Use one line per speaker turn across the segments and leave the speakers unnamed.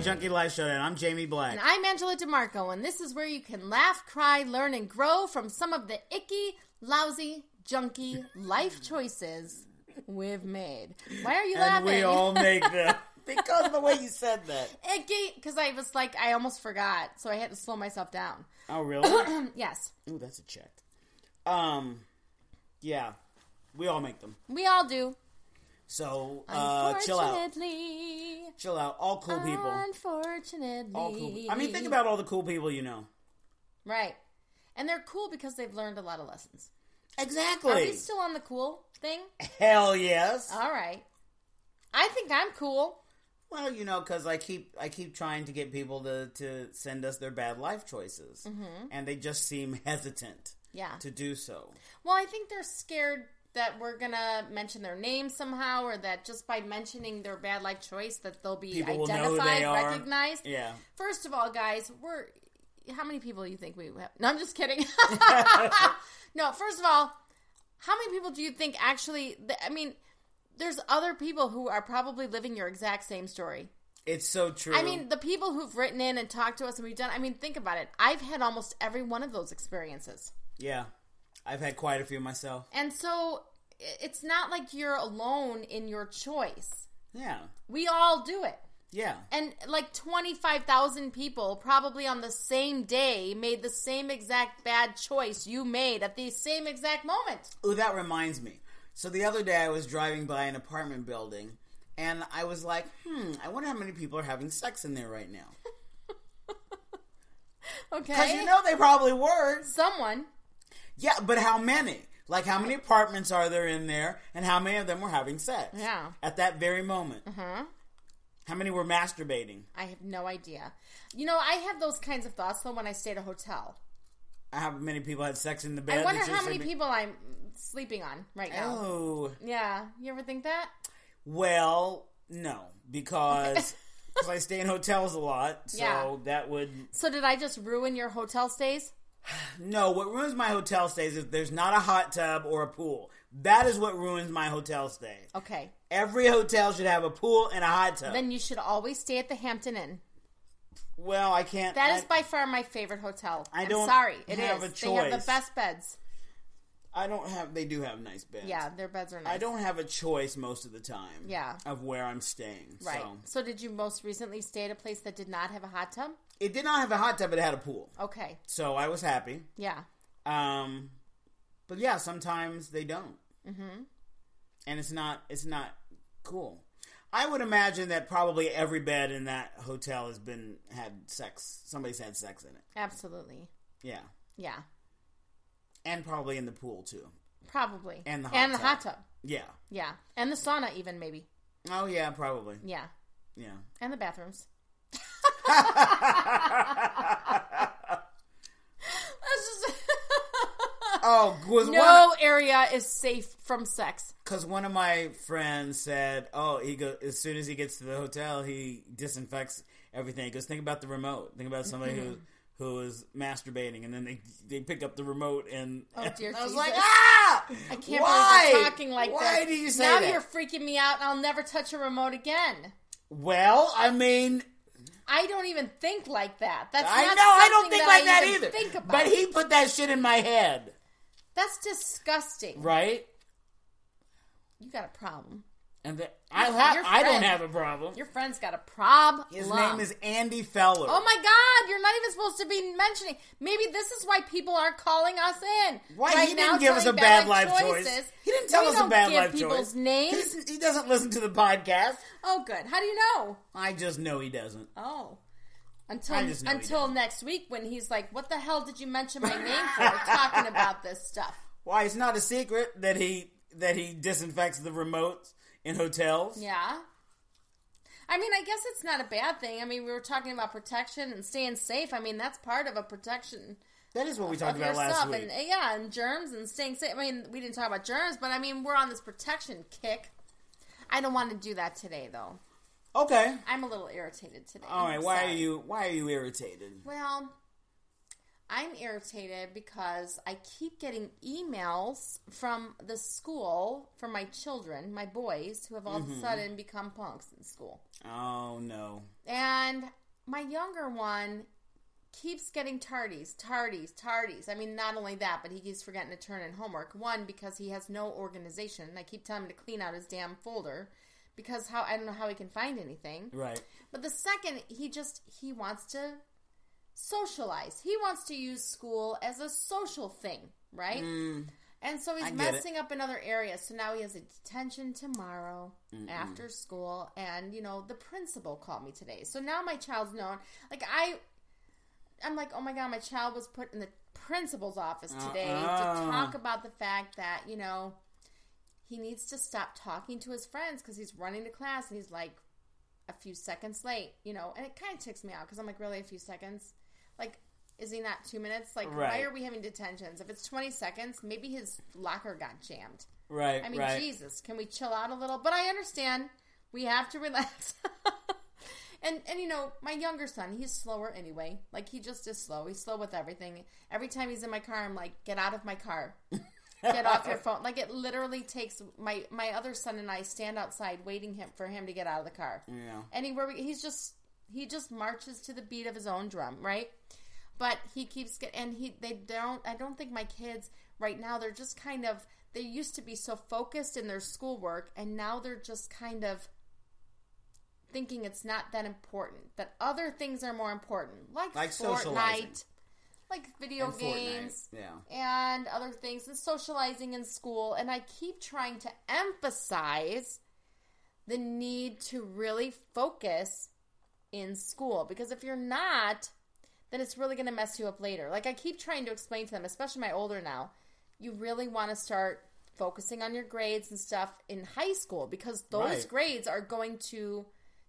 Junkie Life Showdown. I'm Jamie Black.
And I'm Angela DeMarco, and this is where you can laugh, cry, learn, and grow from some of the icky, lousy, junky life choices we've made. Why are you
and
laughing?
we all make them. because of the way you said that.
icky, because I was like, I almost forgot, so I had to slow myself down.
Oh, really?
yes,
Ooh, that's a check. Um, yeah, we all make them.
we all do.
So uh, chill out,
Unfortunately,
chill out. All cool people.
unfortunately,
All cool. pe- I mean, think about all the cool people you know.
right, and they're cool because they've learned a lot of lessons. Are
Exactly. Uh,
we still on the cool thing?
Hell yes.
All right, I think I'm cool.
Well, you know, because I keep I keep trying to get people to to send us their bad life choices, and they just seem hesitant
Yeah.
to do so.
Well, I think they're scared that we're gonna mention their name somehow, or that just by mentioning their bad life choice, that they'll be
People will know who
identified,
they are.
recognized.
Yeah.
First of all, guys, we're how many people do you think we have? No, I'm just kidding. no, first of all, how many people do you think actually? th- I mean, there's other people who are probably living your exact same story.
It's so true.
I mean, the people who've written in and talked to us and we've done. I mean, think about it. I've had almost every one of those experiences.
yeah, I've had quite a few myself.
And so i- it's not like you're alone in your choice.
Yeah,
We all do it.
yeah,
And like 25,000 people probably on the same day made the same exact bad choice you made at the same exact moment.
Ooh, that reminds me. So the other day I was driving by an apartment building and I was like, hmm, I wonder how many people are having sex in there right now. Because
Okay.
you know they probably were.
Someone.
Yeah, but how many? Like, how many apartments are there in there and how many of them were having sex?
Yeah. Mm-hmm.
At that very moment. How many were masturbating?
I have no idea. You know, I have those kinds of thoughts though when I stay at a hotel.
How many people had sex in the bed?
I
that
wonder
you're
how many
sleeping-
people I'm sleeping on right now.
Oh.
Yeah. You ever think that?
Well, no. Because. Because I stay in hotels a lot, so
Yeah.
that would
So did I just ruin your hotel stays?
No, what ruins my hotel stays is there's not a hot tub or a pool. That is what ruins my hotel stay.
Okay.
Every hotel should have a pool and a hot tub.
Then you should always stay at the Hampton Inn.
well, I can't.
That
I,
is by far my favorite hotel.
I
I
don't
am sorry. It is.
have a
They have
choice.
the best beds.
I don't have. They do have nice beds.
Yeah, their beds are nice.
I don't have a choice most of the time.
Yeah.
Of where I'm staying.
Right.
So.
So. did you most recently stay at a place that did not have a hot tub?
It did not have a hot tub. It had a pool,
Okay.
so I was happy.
Yeah.
Um, but yeah, sometimes they don't, mm-hmm. and it's not it's not cool. I would imagine that probably every bed in that hotel has been had sex. Somebody's had sex in it.
Absolutely.
Yeah,
Yeah.
and probably in the pool too.
Probably.
And the hot
and the
tub.
hot tub.
Yeah.
Yeah. And the sauna even maybe.
Oh yeah, probably.
Yeah.
Yeah.
And the bathrooms. That's just
Oh, was one
No area is safe from sex.
because one of my friends said, "Oh, he goes as soon as he gets to the hotel, he disinfects everything." He goes, "Think about the remote. Think about somebody who who is masturbating, and then they they pick up the remote and."
Oh dear
I was
Jesus.
like, "Ah,
I can't
Why?
believe you're talking like
Why
this.
do you say
now
that?
you're freaking me out and I'll never touch a remote again.
Well, I mean,
I don't even think like that. That's
I know
not
I don't
something
think like that
even
either.
Think about.
but he put that shit in my head,
That's disgusting.
right?
You got a problem.
And the, I have
your
I don't
friend-
have a problem.
Your friend's got a problem.
His name is Andy Feller.
Oh my God! You're not even supposed to be mentioning. Maybe this is why people are calling us in.
Why
right
he
now
didn't give us a
telling
bad life choice?
choices.
He didn't tell
We
us a
don't
bad
give
life
people's
choice.
names.
He's- he doesn't listen to the podcast.
Oh, good. How do you know?
I just know he doesn't.
Oh. Until
I just know he
until next week when he's like, "What the hell did you mention my name for? talking about this stuff."
Why? It's not a secret that he that he disinfects the remotes in hotels.
Yeah. I mean, I guess it's not a bad thing. I mean, we were talking about protection and staying safe. I mean, that's part of a protection
That is what we
of
talked about last
yourself,
week.
and yeah, and germs and staying safe. I mean, we didn't talk about germs, but I mean, we're on this protection kick. I don't want to do that today, though.
okay.
I'm a little irritated today.
All right.
I'm
Why are
sorry.
you Why are you irritated?
Well, I'm irritated because I keep getting emails from the school for my children,
Mm-hmm.
my boys, who have all of a sudden become punks in school.
Oh no.
And my younger one keeps getting tardies, tardies, tardies. I mean, not only that, but he keeps forgetting to turn in homework. One, because he has no organization. And I keep telling him to clean out his damn folder because how I don't know how he can find anything.
Right.
But the second, he just he wants to socialize. He wants to use school as a social thing, right? And so
Mm. I
he's
get
messing up in other areas. So now he has a detention tomorrow after school and you know, the principal called me today. So now my child's known. Like I I'm like, "Oh my god, my child was put in the principal's office today to
Uh-uh.
talk about the fact that, you know, he needs to stop talking to his friends because he's running to class and he's like a few seconds late, you know, and it kind of ticks me out because I'm like, really, a few seconds? Like, is he not two minutes? Like, why
Right.
are we having detentions? If it's 20 seconds, maybe his locker got jammed.
Right.
I mean,
right.
Jesus, can we chill out a little? But I understand we have to relax. and and you know, my younger son, he's slower anyway. Like he just is slow. He's slow with everything. Every time he's in my car, I'm like, "Get out of my car." Get off your phone. Like it literally takes my my other son and I stand outside waiting him for him to get out of the car
Yeah.
anywhere we, he's just he just marches to the beat of his own drum right but he keeps getting and he they don't i don't think my kids right now they're just kind of they used to be so focused in their schoolwork and now they're just kind of thinking it's not that important that other things are more important like,
Like socializing.
fortnite like video
And Fortnite,
games
yeah.
and other things and socializing in school and i keep trying to emphasize the need to really focus in school because if you're not then it's really going to mess you up later like i keep trying to explain to them especially my older now you really want to start focusing on your grades and stuff in high school because those
Right.
grades are going to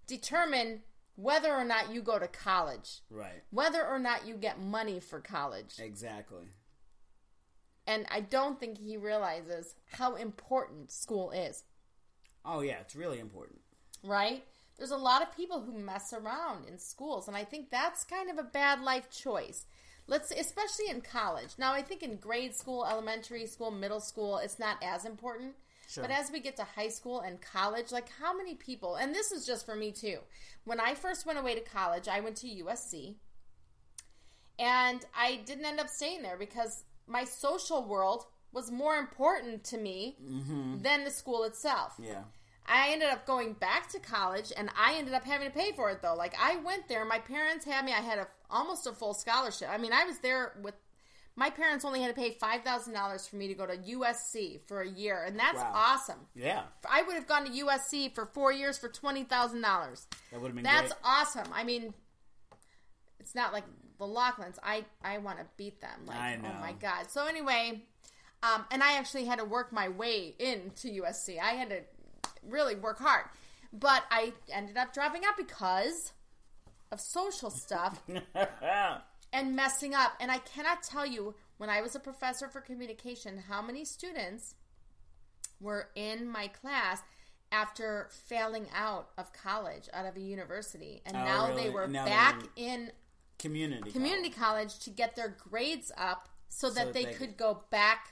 determine whether or not you go to college
Right.
whether or not you get money for college
Exactly.
and I don't think he realizes how important school is,
Oh yeah, it's really important.
right? There's a lot of people who mess around in schools, and I think that's kind of a bad life choice. Let's, especially in college. Now, I think in grade school, elementary school, middle school, it's not as important.
Sure.
But as we get to high school and college, like how many people, and this is just for me too. When I first went away to college, I went to USC. And I didn't end up staying there because my social world was more important to me than the school itself.
Yeah.
I ended up going back to college and I ended up having to pay for it though. Like I went there, my parents had me, I had a almost a full scholarship. I mean, I was there with my parents only had to pay $5,000 for me to go to USC for a year, and that's
Wow.
awesome.
Yeah.
I would have gone to USC for 4 years for $20,000.
That would have been
That's
great.
awesome. I mean, it's not like the Lachlan's. I I want to beat them. Like,
I
oh
know.
my god. So anyway, um, and I actually had to work my way into USC. I had to really work hard, but I ended up dropping out because of social stuff and messing up. And I cannot tell you when I was a professor for communication how many students were in my class after failing out of college, out of a university, and
Oh,
now
really?
they were
And now they're
back
in
in
community.
community college to get their grades up so, that
that
they,
they
could go back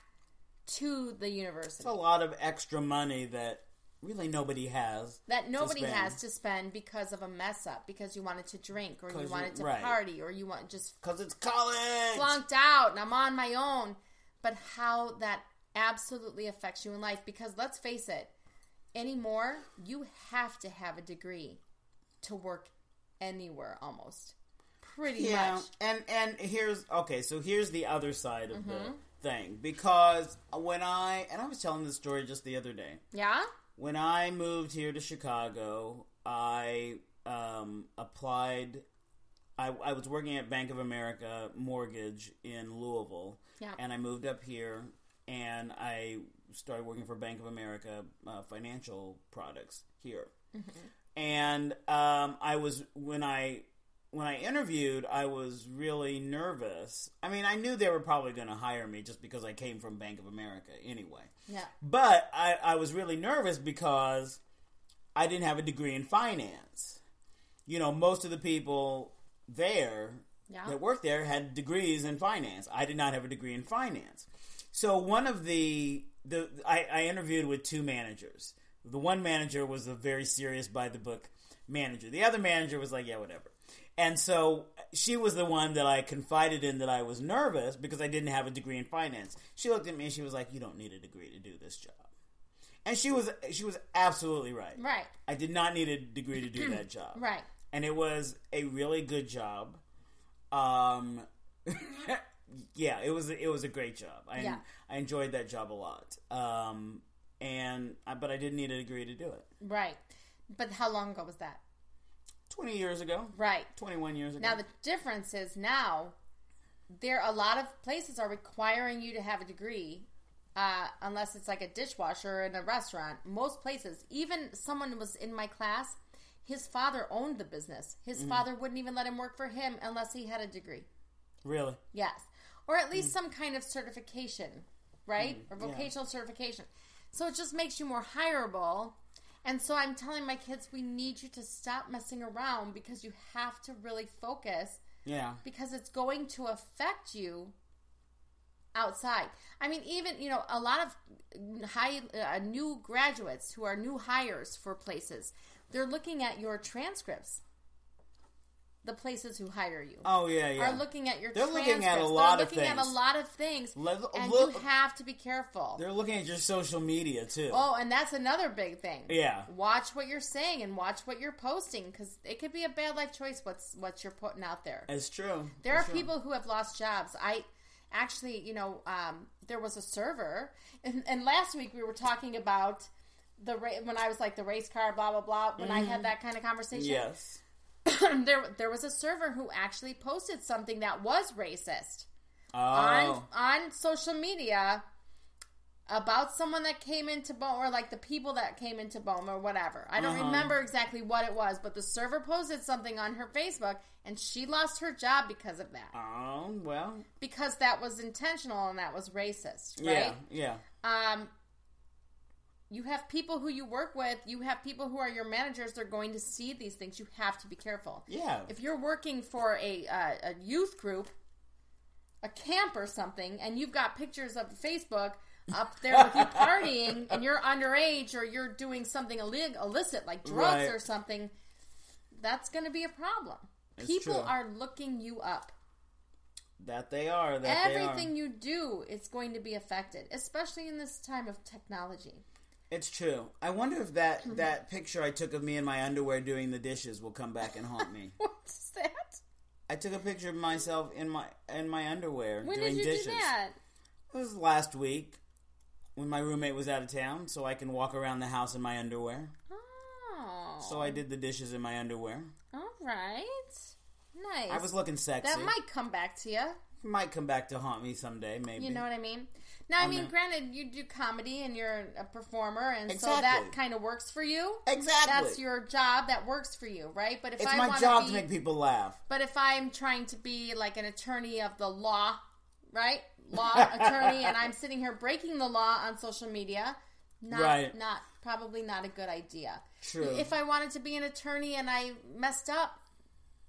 to the university
It's a lot of extra money that really nobody has.
that nobody
spend.
has to spend because of a mess up because you wanted to drink or you
'Cause you-
wanted to
right.
party or you want just
Cause it's college.
flunked out and I'm on my own. But how that absolutely affects you in life because let's face it, anymore, you have to have a degree to work anywhere almost. Pretty
yeah.
much.
And and here's okay. So here's the other side of
Mm-hmm.
the thing because when I and I was telling this story just the other day.
Yeah?
when I moved here to Chicago, I um, applied. I, I was working at Bank of America Mortgage in Louisville,
Yeah.
and I moved up here, and I started working for Bank of America uh, Financial Products here. And um, I was when I when I interviewed, I was really nervous. I mean, I knew they were probably going to hire me just because I came from Bank of America anyway.
Yeah.
But I, I was really nervous because I didn't have a degree in finance. You know, most of the people there
Yeah.
that worked there had degrees in finance. I did not have a degree in finance. So one of the the I, I interviewed with two managers. The one manager was a very serious by the book manager. The other manager was like, yeah, whatever. And so she was the one that I confided in that I was nervous because I didn't have a degree in finance. She looked at me and she was like, "You don't need a degree to do this job." And she was she was absolutely right.
Right.
I did not need a degree to do that job.
Right.
And it was a really good job. Um yeah, it was it was a great job. I
Yeah.
I enjoyed that job a lot. Um and I, but I didn't need a degree to do it.
Right. But how long ago was that?
20 years ago,
Right.
21 years ago.
Now the difference is now there a lot of places are requiring you to have a degree, uh, unless it's like a dishwasher in a restaurant. Most places, even someone was in my class, his father owned the business. His father wouldn't even let him work for him unless he had a degree.
really?
Yes. Or at least some kind of certification, right? or
yeah.
vocational certification. So it just makes you more hireable. And so I'm telling my kids, we need you to stop messing around because you have to really focus
Yeah.
because it's going to affect you outside. I mean, even you know, a lot of high uh, new graduates who are new hires for places, they're looking at your transcripts. The places who hire you
Oh yeah, yeah.
are looking at your.
They're looking at a
transcripts.
lot
They're
of
looking at a
things.
lot of things,
Let-
and
look-
you have to be careful.
They're looking at your social media too.
Oh, and that's another big thing.
Yeah.
watch what you're saying and watch what you're posting because it could be a bad life choice. What's what you're putting out there.
It's true.
There
It's
are
true.
people who have lost jobs. I actually, you know, um, there was a server, and, and last week we were talking about the ra- when I was like the race car, blah blah blah. When I
Mm-hmm.
had that kind of conversation,
Yes.
there there was a server who actually posted something that was racist
Oh.
on on social media about someone that came into Boom or like the people that came into Boom or whatever. I don't
Uh-huh.
remember exactly what it was, but the server posted something on her Facebook, and she lost her job because of that
Oh well.
because that was intentional and that was racist,
Yeah.
right?
Yeah.
Um, you have people who you work with, you have people who are your managers. They're going to see these things. You have to be careful.
Yeah.
If you're working for a uh, a youth group, a camp or something, and you've got pictures of Facebook up there with you partying, and you're underage or you're doing something illeg- illicit like drugs
Right.
or something, that's going to be a problem.
It's
people
true.
are looking you up
that they are. That
everything
They are.
you do is going to be affected, especially in this time of technology.
It's true. I wonder if that
Hmm.
that picture I took of me in my underwear doing the dishes will come back and haunt me.
What's that?
I took a picture of myself in my in my underwear
When
doing
did you
dishes.
do that?
It was last week when my roommate was out of town, so I can walk around the house in my underwear.
Oh,
So I did the dishes in my underwear.
all right, nice.
I was looking sexy.
that might come back to you.
might come back to haunt me someday, maybe. Oh,
You know what I mean? Now, I mean,
know.
granted, you do comedy and you're a performer, and so
Exactly.
that kind of works for you.
exactly.
That's your job. That works for you, right? But if
It's
I
my
wanna
job
be,
to make people laugh.
But if I'm trying to be like an attorney of the law, right? Law attorney, and I'm sitting here breaking the law on social media, not
Right.
not probably not a good idea.
True.
If I wanted to be an attorney and I messed up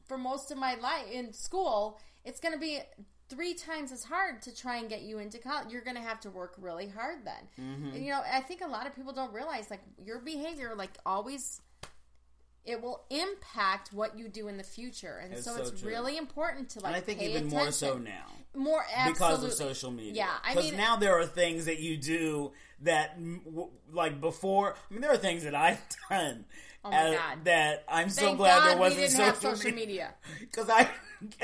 for most of my life in school, it's going to be three times as hard to try and get you into college. You're going to have to work really hard then.
Mm-hmm.
And, you know, I think a lot of people don't realize like your behavior like always it will impact what you do in the future. And
It's
so,
so
it's
true.
really important to like
and I think
pay
even more so
attention.
now.
More absolutely.
Because of social media.
Yeah, I
Because
mean-
now there are things that you do that, mm, w- like before, I mean, there are things that I've done. Oh
my God.
That I'm so
Thank
glad
God
there wasn't
we didn't
social,
have social media.
Because I,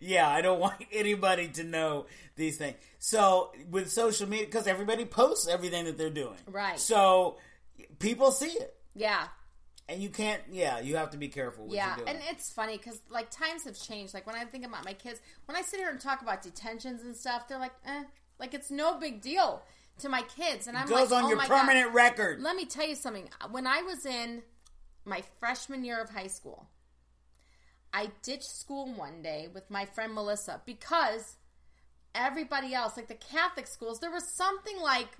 yeah, I don't want anybody to know these things. So with social media, because everybody posts everything that they're doing.
Right.
So people see it.
Yeah.
And you can't, yeah, you have to be careful what
Yeah,
you're doing.
and it's funny because like times have changed. Like when I think about my kids, when I sit here and talk about detentions and stuff, they're like, "eh," like it's no big deal to my kids, and I'm
goes
like,
on
"Oh
your
my
permanent
God.
record.
Let me tell you something. When I was in my freshman year of high school, I ditched school one day with my friend Melissa because everybody else, like the Catholic schools, there was something like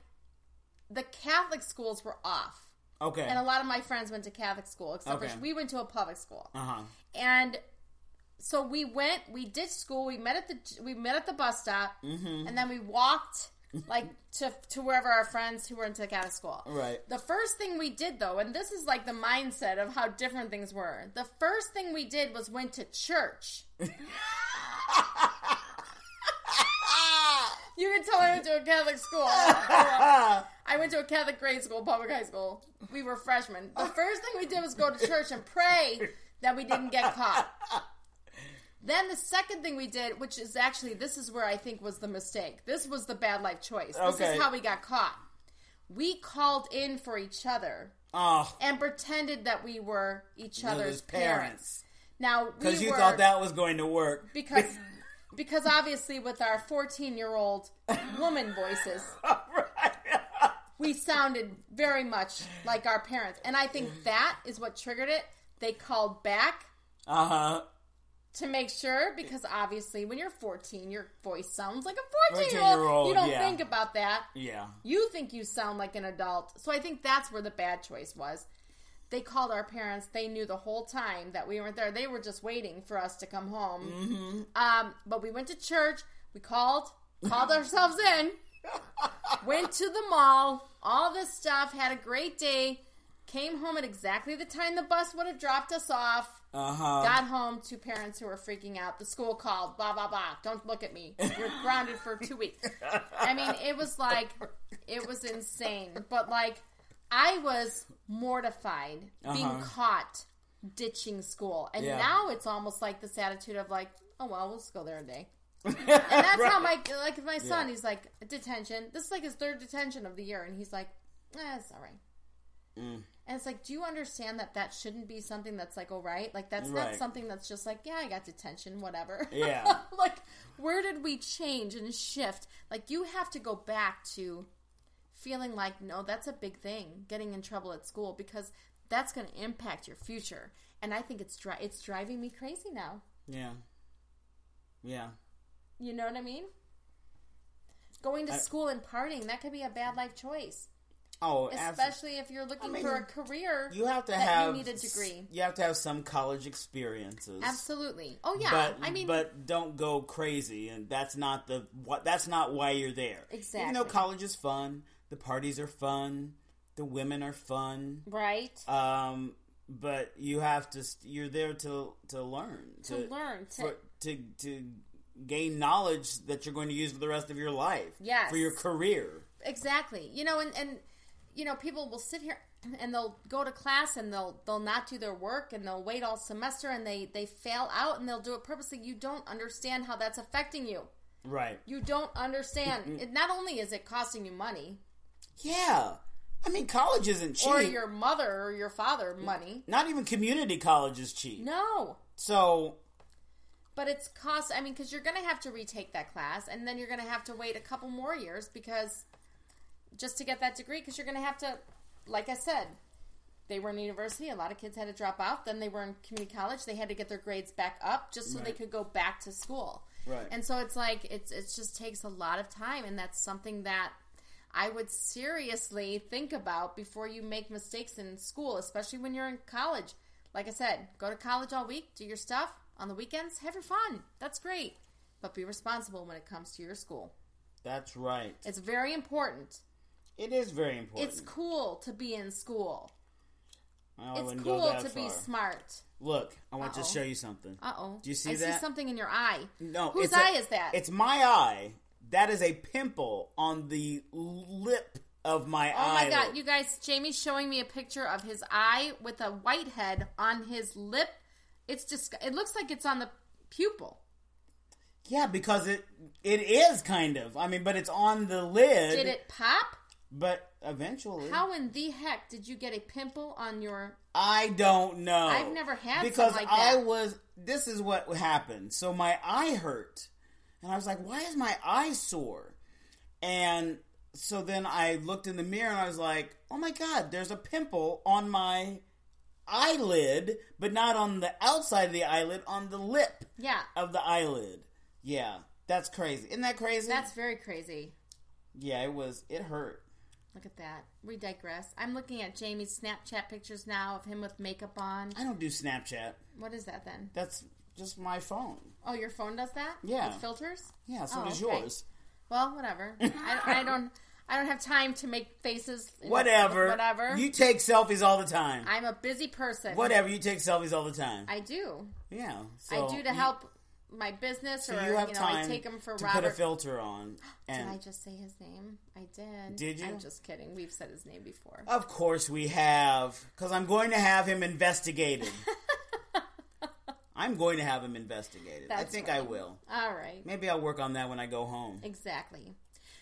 the Catholic schools were off.
Okay.
And a lot of my friends went to Catholic school, except
Okay.
for we went to a public school.
Uh huh.
And
Mm-hmm.
so we went, we ditched school, we met at the we met at the bus stop, and then we walked like to to wherever our friends who were took out of school.
Right.
The first thing we did though, and this is like the mindset of how different things were. The first thing we did was went to church. You can tell I went to a Catholic school. I went to a Catholic grade school, public high school. We were freshmen. The first thing we did was go to church and pray that we didn't get caught. Then the second thing we did, which is actually this is where I think was the mistake. This was the bad life choice. This
Okay.
is how we got caught. We called in for each other
oh,
and pretended that we were each
those
other's parents.
parents.
Now we
Because you
were,
thought that was going to work.
because because obviously with our 14 year old woman voices we sounded very much like our parents and i think that is what triggered it they called back
Uh huh.
to make sure because obviously when you're 14 your voice sounds like a 14 year
14-year-old,
old you don't
yeah.
think about that
Yeah.
you think you sound like an adult. So I think that's where the bad choice was. They called our parents. They knew the whole time that we weren't there. They were just waiting for us to come home. Um, but we went to church. We called, called ourselves in, went to the mall, all this stuff, had a great day, came home at exactly the time the bus would have dropped us off.
Uh huh.
Got home to parents who were freaking out. The school called, blah, blah, blah. Don't look at me. You're grounded for two weeks. I mean, it was like, it was insane. But like, I was mortified being
Uh-huh.
caught ditching school. And
Yeah.
now it's almost like this attitude of like, oh, well, we'll just go there a day. And that's how my, like, my son,
Yeah.
he's like, detention. This is like his third detention of the year. And he's like, eh, it's all right. And it's like, do you understand that that shouldn't be something that's like, all right? Like, that's not
Right.
something that's just like, yeah, I got detention, whatever.
Yeah.
like, where did we change and shift? Like, you have to go back to feeling like, no, that's a big thing, getting in trouble at school, because that's going to impact your future. And I think it's, dri- it's driving me crazy now.
Yeah. Yeah.
You know what I mean? Going to
I-
school and partying, that could be a bad life choice,
Oh, absolutely.
especially if you're looking
mean,
for a career.
You have to
that you
have
need a
s-
degree.
You have to have some college experiences.
Absolutely. Oh, yeah.
But
I mean,
but don't go crazy, and that's not the what. That's not why you're there. Even though
Exactly.
college is fun, the parties are fun, the women are fun.
right?
Um, but you have to. st- You're there to to learn
to learn to
for, to to gain knowledge that you're going to use for the rest of your life.
Yes.
for your career.
exactly you know and and you know people will sit here and they'll go to class and they'll they'll not do their work and they'll wait all semester and they they fail out and they'll do it purposely you don't understand how that's affecting you
Right.
you don't understand it not only is it costing you money
Yeah. I mean, college isn't cheap.
or your mother or your father money
Not even community college is cheap.
no
So
but it's cost i mean because you're gonna have to retake that class and then you're gonna have to wait a couple more years because just to get that degree because you're gonna have to like i said they were in university a lot of kids had to drop out then they were in community college they had to get their grades back up just so they
Right.
could go back to school
Right.
and so it's like it's it just takes a lot of time and that's something that i would seriously think about before you make mistakes in school especially when you're in college like i said go to college all week do your stuff on the weekends have your fun that's great but be responsible when it comes to your school
that's right.
it's very important
It is very important. Oh,
it's cool to be in school
I
it's
wouldn't go
cool
that
to be
far.
smart
Look, I want to
Uh-oh.
show you something.
Uh oh.
Do you see
I
that?
see something in your eye.
No,
Whose
it's a-
eye is that?
It's my eye. That is a pimple on the lip of my
oh
eye.
my god, you guys! Jamie's showing me a picture of his eye with a white head on his lip. It's just. It looks like it's on the pupil.
yeah, because it it is kind of. I mean, but it's on the lid.
Did it pop?
But eventually,
How in the heck did you get a pimple on your?
I don't know.
I've never had
because
something like
I
that.
was. This is what happened. So my eye hurt, and I was like, "Why is my eye sore?" And so then I looked in the mirror and I was like, "Oh my god, there's a pimple on my eyelid, but not on the outside of the eyelid, on the lip
Yeah,
of the eyelid." Yeah, that's crazy. Isn't that crazy?
that's very crazy.
yeah. It was. It hurt.
Look at that. We digress. I'm looking at Jamie's Snapchat pictures now of him with makeup on.
I don't do Snapchat.
What is that then?
That's just my phone.
Oh, your phone does that.
Yeah.
With filters.
Yeah. So
Oh,
does
okay.
yours.
Well, whatever. I, I don't. I don't have time to make faces. and
Whatever.
Whatever.
You take selfies all the time.
I'm a busy person.
Whatever. You take selfies all the time.
I do.
yeah.
I
So
do to
you-
help my business,
So
or
you have
you know, I
time
take him for
to
Robert.
put a filter on.
did
And
I just say his name? I did.
Did you?
I'm just kidding. We've said his name before.
of course we have, because I'm going to have him investigated. I'm going to have him investigated. I
That's
think I
right.
will.
All right.
Maybe I'll work on that when I go home.
Exactly.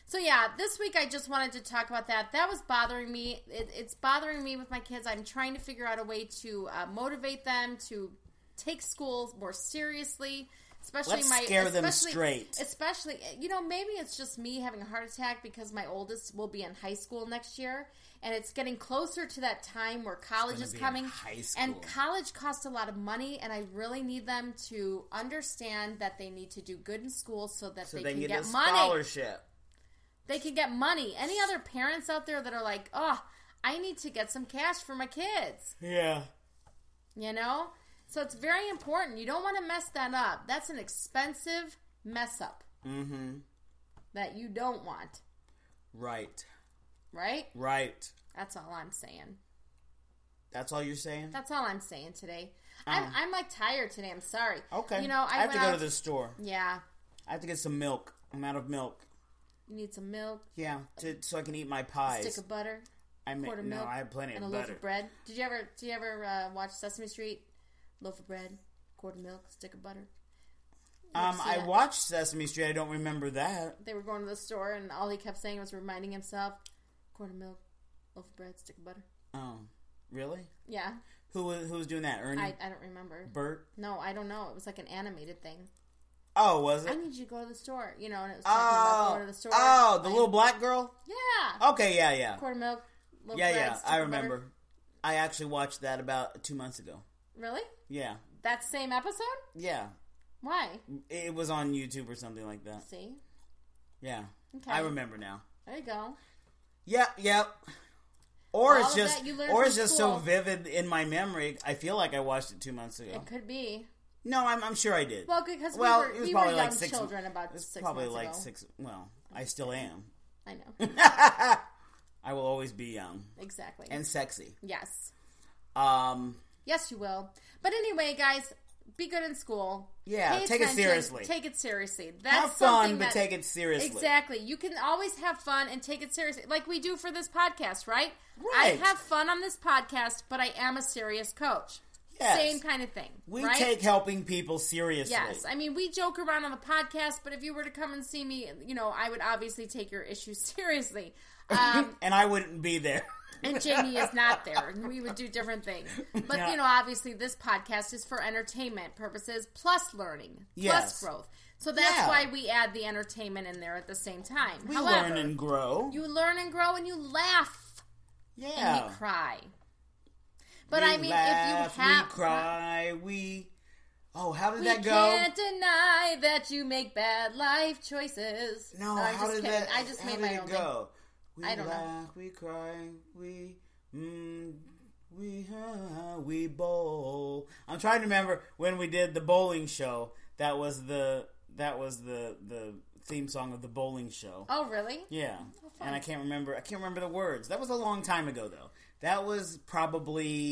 So yeah, this week I just wanted to talk about that. That was bothering me. It, it's bothering me with my kids. I'm trying to figure out a way to uh, motivate them to take school more seriously. Especially
Let's
my
scare them
especially-
straight.
Especially you know maybe it's just me having a heart attack because my oldest will be in high school next year, and it's getting closer to that time where college
gonna
is
be in
coming.
high
and
school.
college costs a lot of money, and I really need them to understand that they need to do good in school so that
So
they
they
can
get,
get
a
money
scholarship.
they can get money. Any other parents out there that are like, oh, I need to get some cash for my kids,
Yeah.
you know? So it's very important. You don't want to mess that up. That's an expensive mess up
Mm-hmm.
that you don't want,
Right.
right?
Right.
That's all I'm saying.
That's all you're saying?
That's all I'm saying today. I'm,
Oh.
I'm like tired today. I'm sorry.
Okay.
You know, I,
have
went
to go
out,
to the store.
Yeah.
I have to get some milk. I'm out of milk.
You need some milk,
Yeah, to, so I can eat my
a
pies.
stick of butter,
I ma-
quart of
no,
milk,
I have plenty
and a
of
loaf
butter.
of bread. Did you ever? Did you ever uh, watch Sesame Street? Loaf of bread, quart of milk, stick of butter.
Um,
You've seen
I
it.
watched Sesame Street. I don't remember that.
they were going to the store, and all he kept saying was reminding himself, "Quart of milk, loaf of bread, stick of butter."
Oh, really?
Yeah,
Who was who was doing that? Ernie,
I, I don't remember.
Bert.
No, I don't know. It was like an animated thing.
Oh, was
I
it?
need you to go to the store, you know, and it was talking about
Oh,
going to the store.
oh, the
like,
little black girl.
yeah,
Okay, yeah, yeah,
quart of milk, loaf
yeah,
of bread,
yeah.
stick
I
of butter.
remember. I actually watched that about two months ago.
Really,
Yeah,
that same episode?
yeah.
Why?
It was on YouTube or something like that.
See,
Yeah,
Okay.
I remember now.
there you go.
Yep, yep. Or
All
it's
of
just,
that you learned
or
from
it's just so
school.
vivid in my memory. I feel like I watched it two months ago.
It could be
No, I'm, I'm sure I did.
well because
Well,
we
it
were,
was
we were
probably
young
like six-
children about
It's
six
probably
months
like
ago.
six. Well, I still am.
I know
I will always be young
exactly.
and sexy.
yes,
Um,
Yes, you will. But anyway, guys, be good in school.
Yeah,
Pay
take it
attention.
seriously.
Take it seriously. That's
have fun,
something
but
that-
take it seriously.
Exactly. You can always have fun and take it seriously, like we do for this podcast, right?
Right.
I have fun on this podcast, but I am a serious coach.
Yes.
Same kind of thing.
We
right?
take helping people seriously.
Yes, I mean we joke around on the podcast, but if you were to come and see me, you know I would obviously take your issues seriously. Um,
and I wouldn't be there.
and Jamie is not there. and We would do different things. But
Yeah.
you know, obviously this podcast is for entertainment purposes plus learning,
Yes.
plus growth. So that's
Yeah.
why we add the entertainment in there at the same time.
We
However,
learn and grow.
you learn and grow and you laugh
yeah.
and you cry. But
We
I mean
laugh,
if you have
we cry, we. Oh, how did
we
that go?
can't deny that you make bad life choices.
No,
I'm
how
just
did
kidding.
that?
I just
how
made
did
my
it
own thing.
go? We
I don't know.
laugh, we cry, we mm, we uh, we bowl. I'm trying to remember when we did the bowling show. That was the that was the the theme song of the bowling show.
Oh really?
Yeah,
fun.
and I can't remember. I can't remember the words. That was a long time ago, though. That was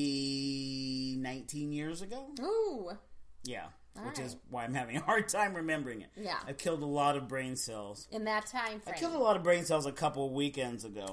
probably 19 years ago.
Ooh.
Yeah, which is
right.
why I'm having a hard time remembering it.
Yeah.
I've killed a lot of brain cells.
In that time frame.
I killed a lot of brain cells a couple weekends ago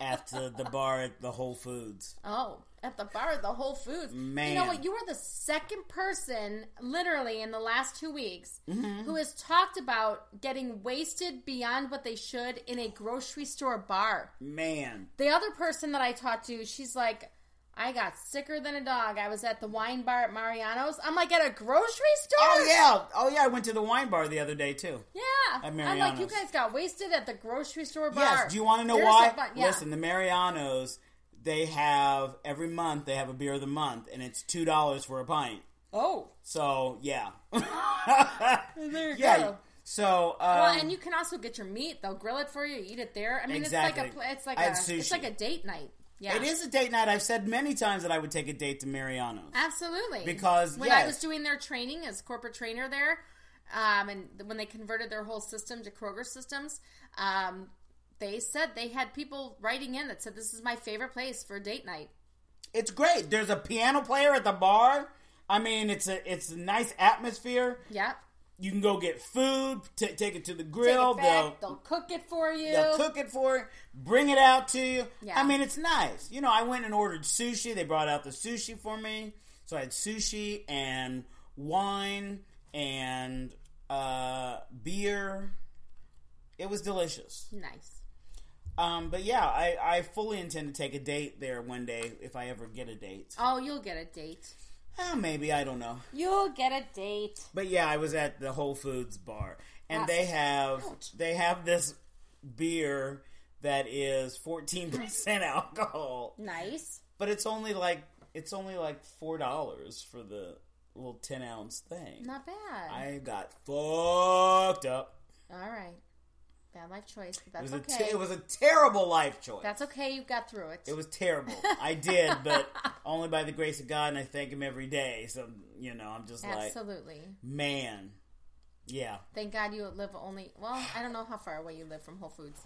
at the, the bar at the Whole Foods.
Oh, at the bar at the Whole Foods. You know
Man.
what? You are the second person, literally, in the last two weeks,
Mm-hmm.
who has talked about getting wasted beyond what they should in a grocery store bar.
Man,
The other person that I talked to, she's like, I got sicker than a dog. I was at the wine bar at Mariano's. I'm like, at a grocery store?
oh yeah, oh yeah. I went to the wine bar the other day too.
Yeah.
At
I'm like, you
Mariano's.
guys got wasted at the grocery store bar.
Yes. Do you want to know
There's
why?
a bu- yeah.
Listen, the Marianos, they have every month they have a beer of the month, and it's two dollars for a pint.
Oh,
So yeah,
there you
yeah.
go.
So um,
Well, and you can also get your meat. They'll grill it for you. Eat it there. I mean,
Exactly.
it's like a pla- it's like
And
a
sushi.
it's like a date night. Yeah,
it is a date night. I've said many times that I would take a date to Marianos.
absolutely
Because,
when I
yes.
was doing their training as corporate trainer there, um, and th- when they converted their whole system to Kroger systems, um, they said they had people writing in that said this is my favorite place for date night.
It's great. There's a piano player at the bar. I mean, it's a it's a nice atmosphere.
Yep.
You can go get food, t- take it to the
Take
grill.
it
they'll,
back. They'll cook it for you.
they'll cook it for you, bring it out to you.
Yeah.
I mean, it's nice. You know, I went and ordered sushi. They brought out the sushi for me. So I had sushi and wine and uh, beer. It was delicious.
Nice.
Um, but yeah, I, I fully intend to take a date there one day if I ever get a date.
Oh, you'll get a date.
Eh, maybe, I don't know.
You'll get a date.
But yeah, I was at the Whole Foods bar, and
Wow.
they have
Ouch.
they have this beer that is fourteen percent alcohol,
Nice.
but it's only like it's only like four dollars for the little ten ounce thing.
Not bad.
I got fucked up.
All right. Bad life choice, but
It was
that's
a
okay.
te- it was a terrible life choice.
that's okay. You got through it.
It was terrible. I did, but only by the grace of God, and I thank Him every day. So you know, I'm just like,
Absolutely.
man, yeah,
Thank God you live only. Well, I don't know how far away you live from Whole Foods.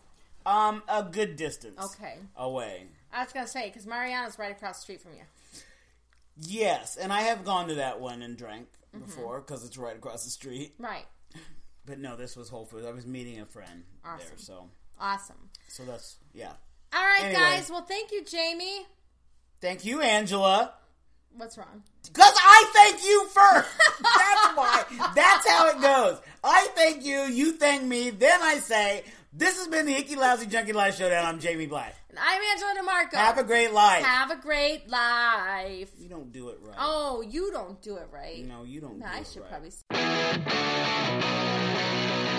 um, a good distance
Okay.
away.
I was gonna say because Mariana's right across the street from you.
Yes, and I have gone to that one and drank
Mm-hmm.
before because it's right across the street.
Right.
But no, this was Whole Foods. I was meeting a friend there,
Awesome.
so
Awesome.
so that's yeah.
All right,
Anyway.
guys. Well, thank you, Jamie.
Thank you, Angela.
What's wrong?
Because I thank you first. That's why. That's how it goes. I thank you. You thank me. Then I say, "This has been the Icky Lousy Junkie Life Showdown." I'm Jamie Black.
And I'm Angela DeMarco.
Have a great life.
Have a great life.
you don't do it right.
Oh, you don't do it right.
No, you don't. do
Oh. I
it
should
right.
probably.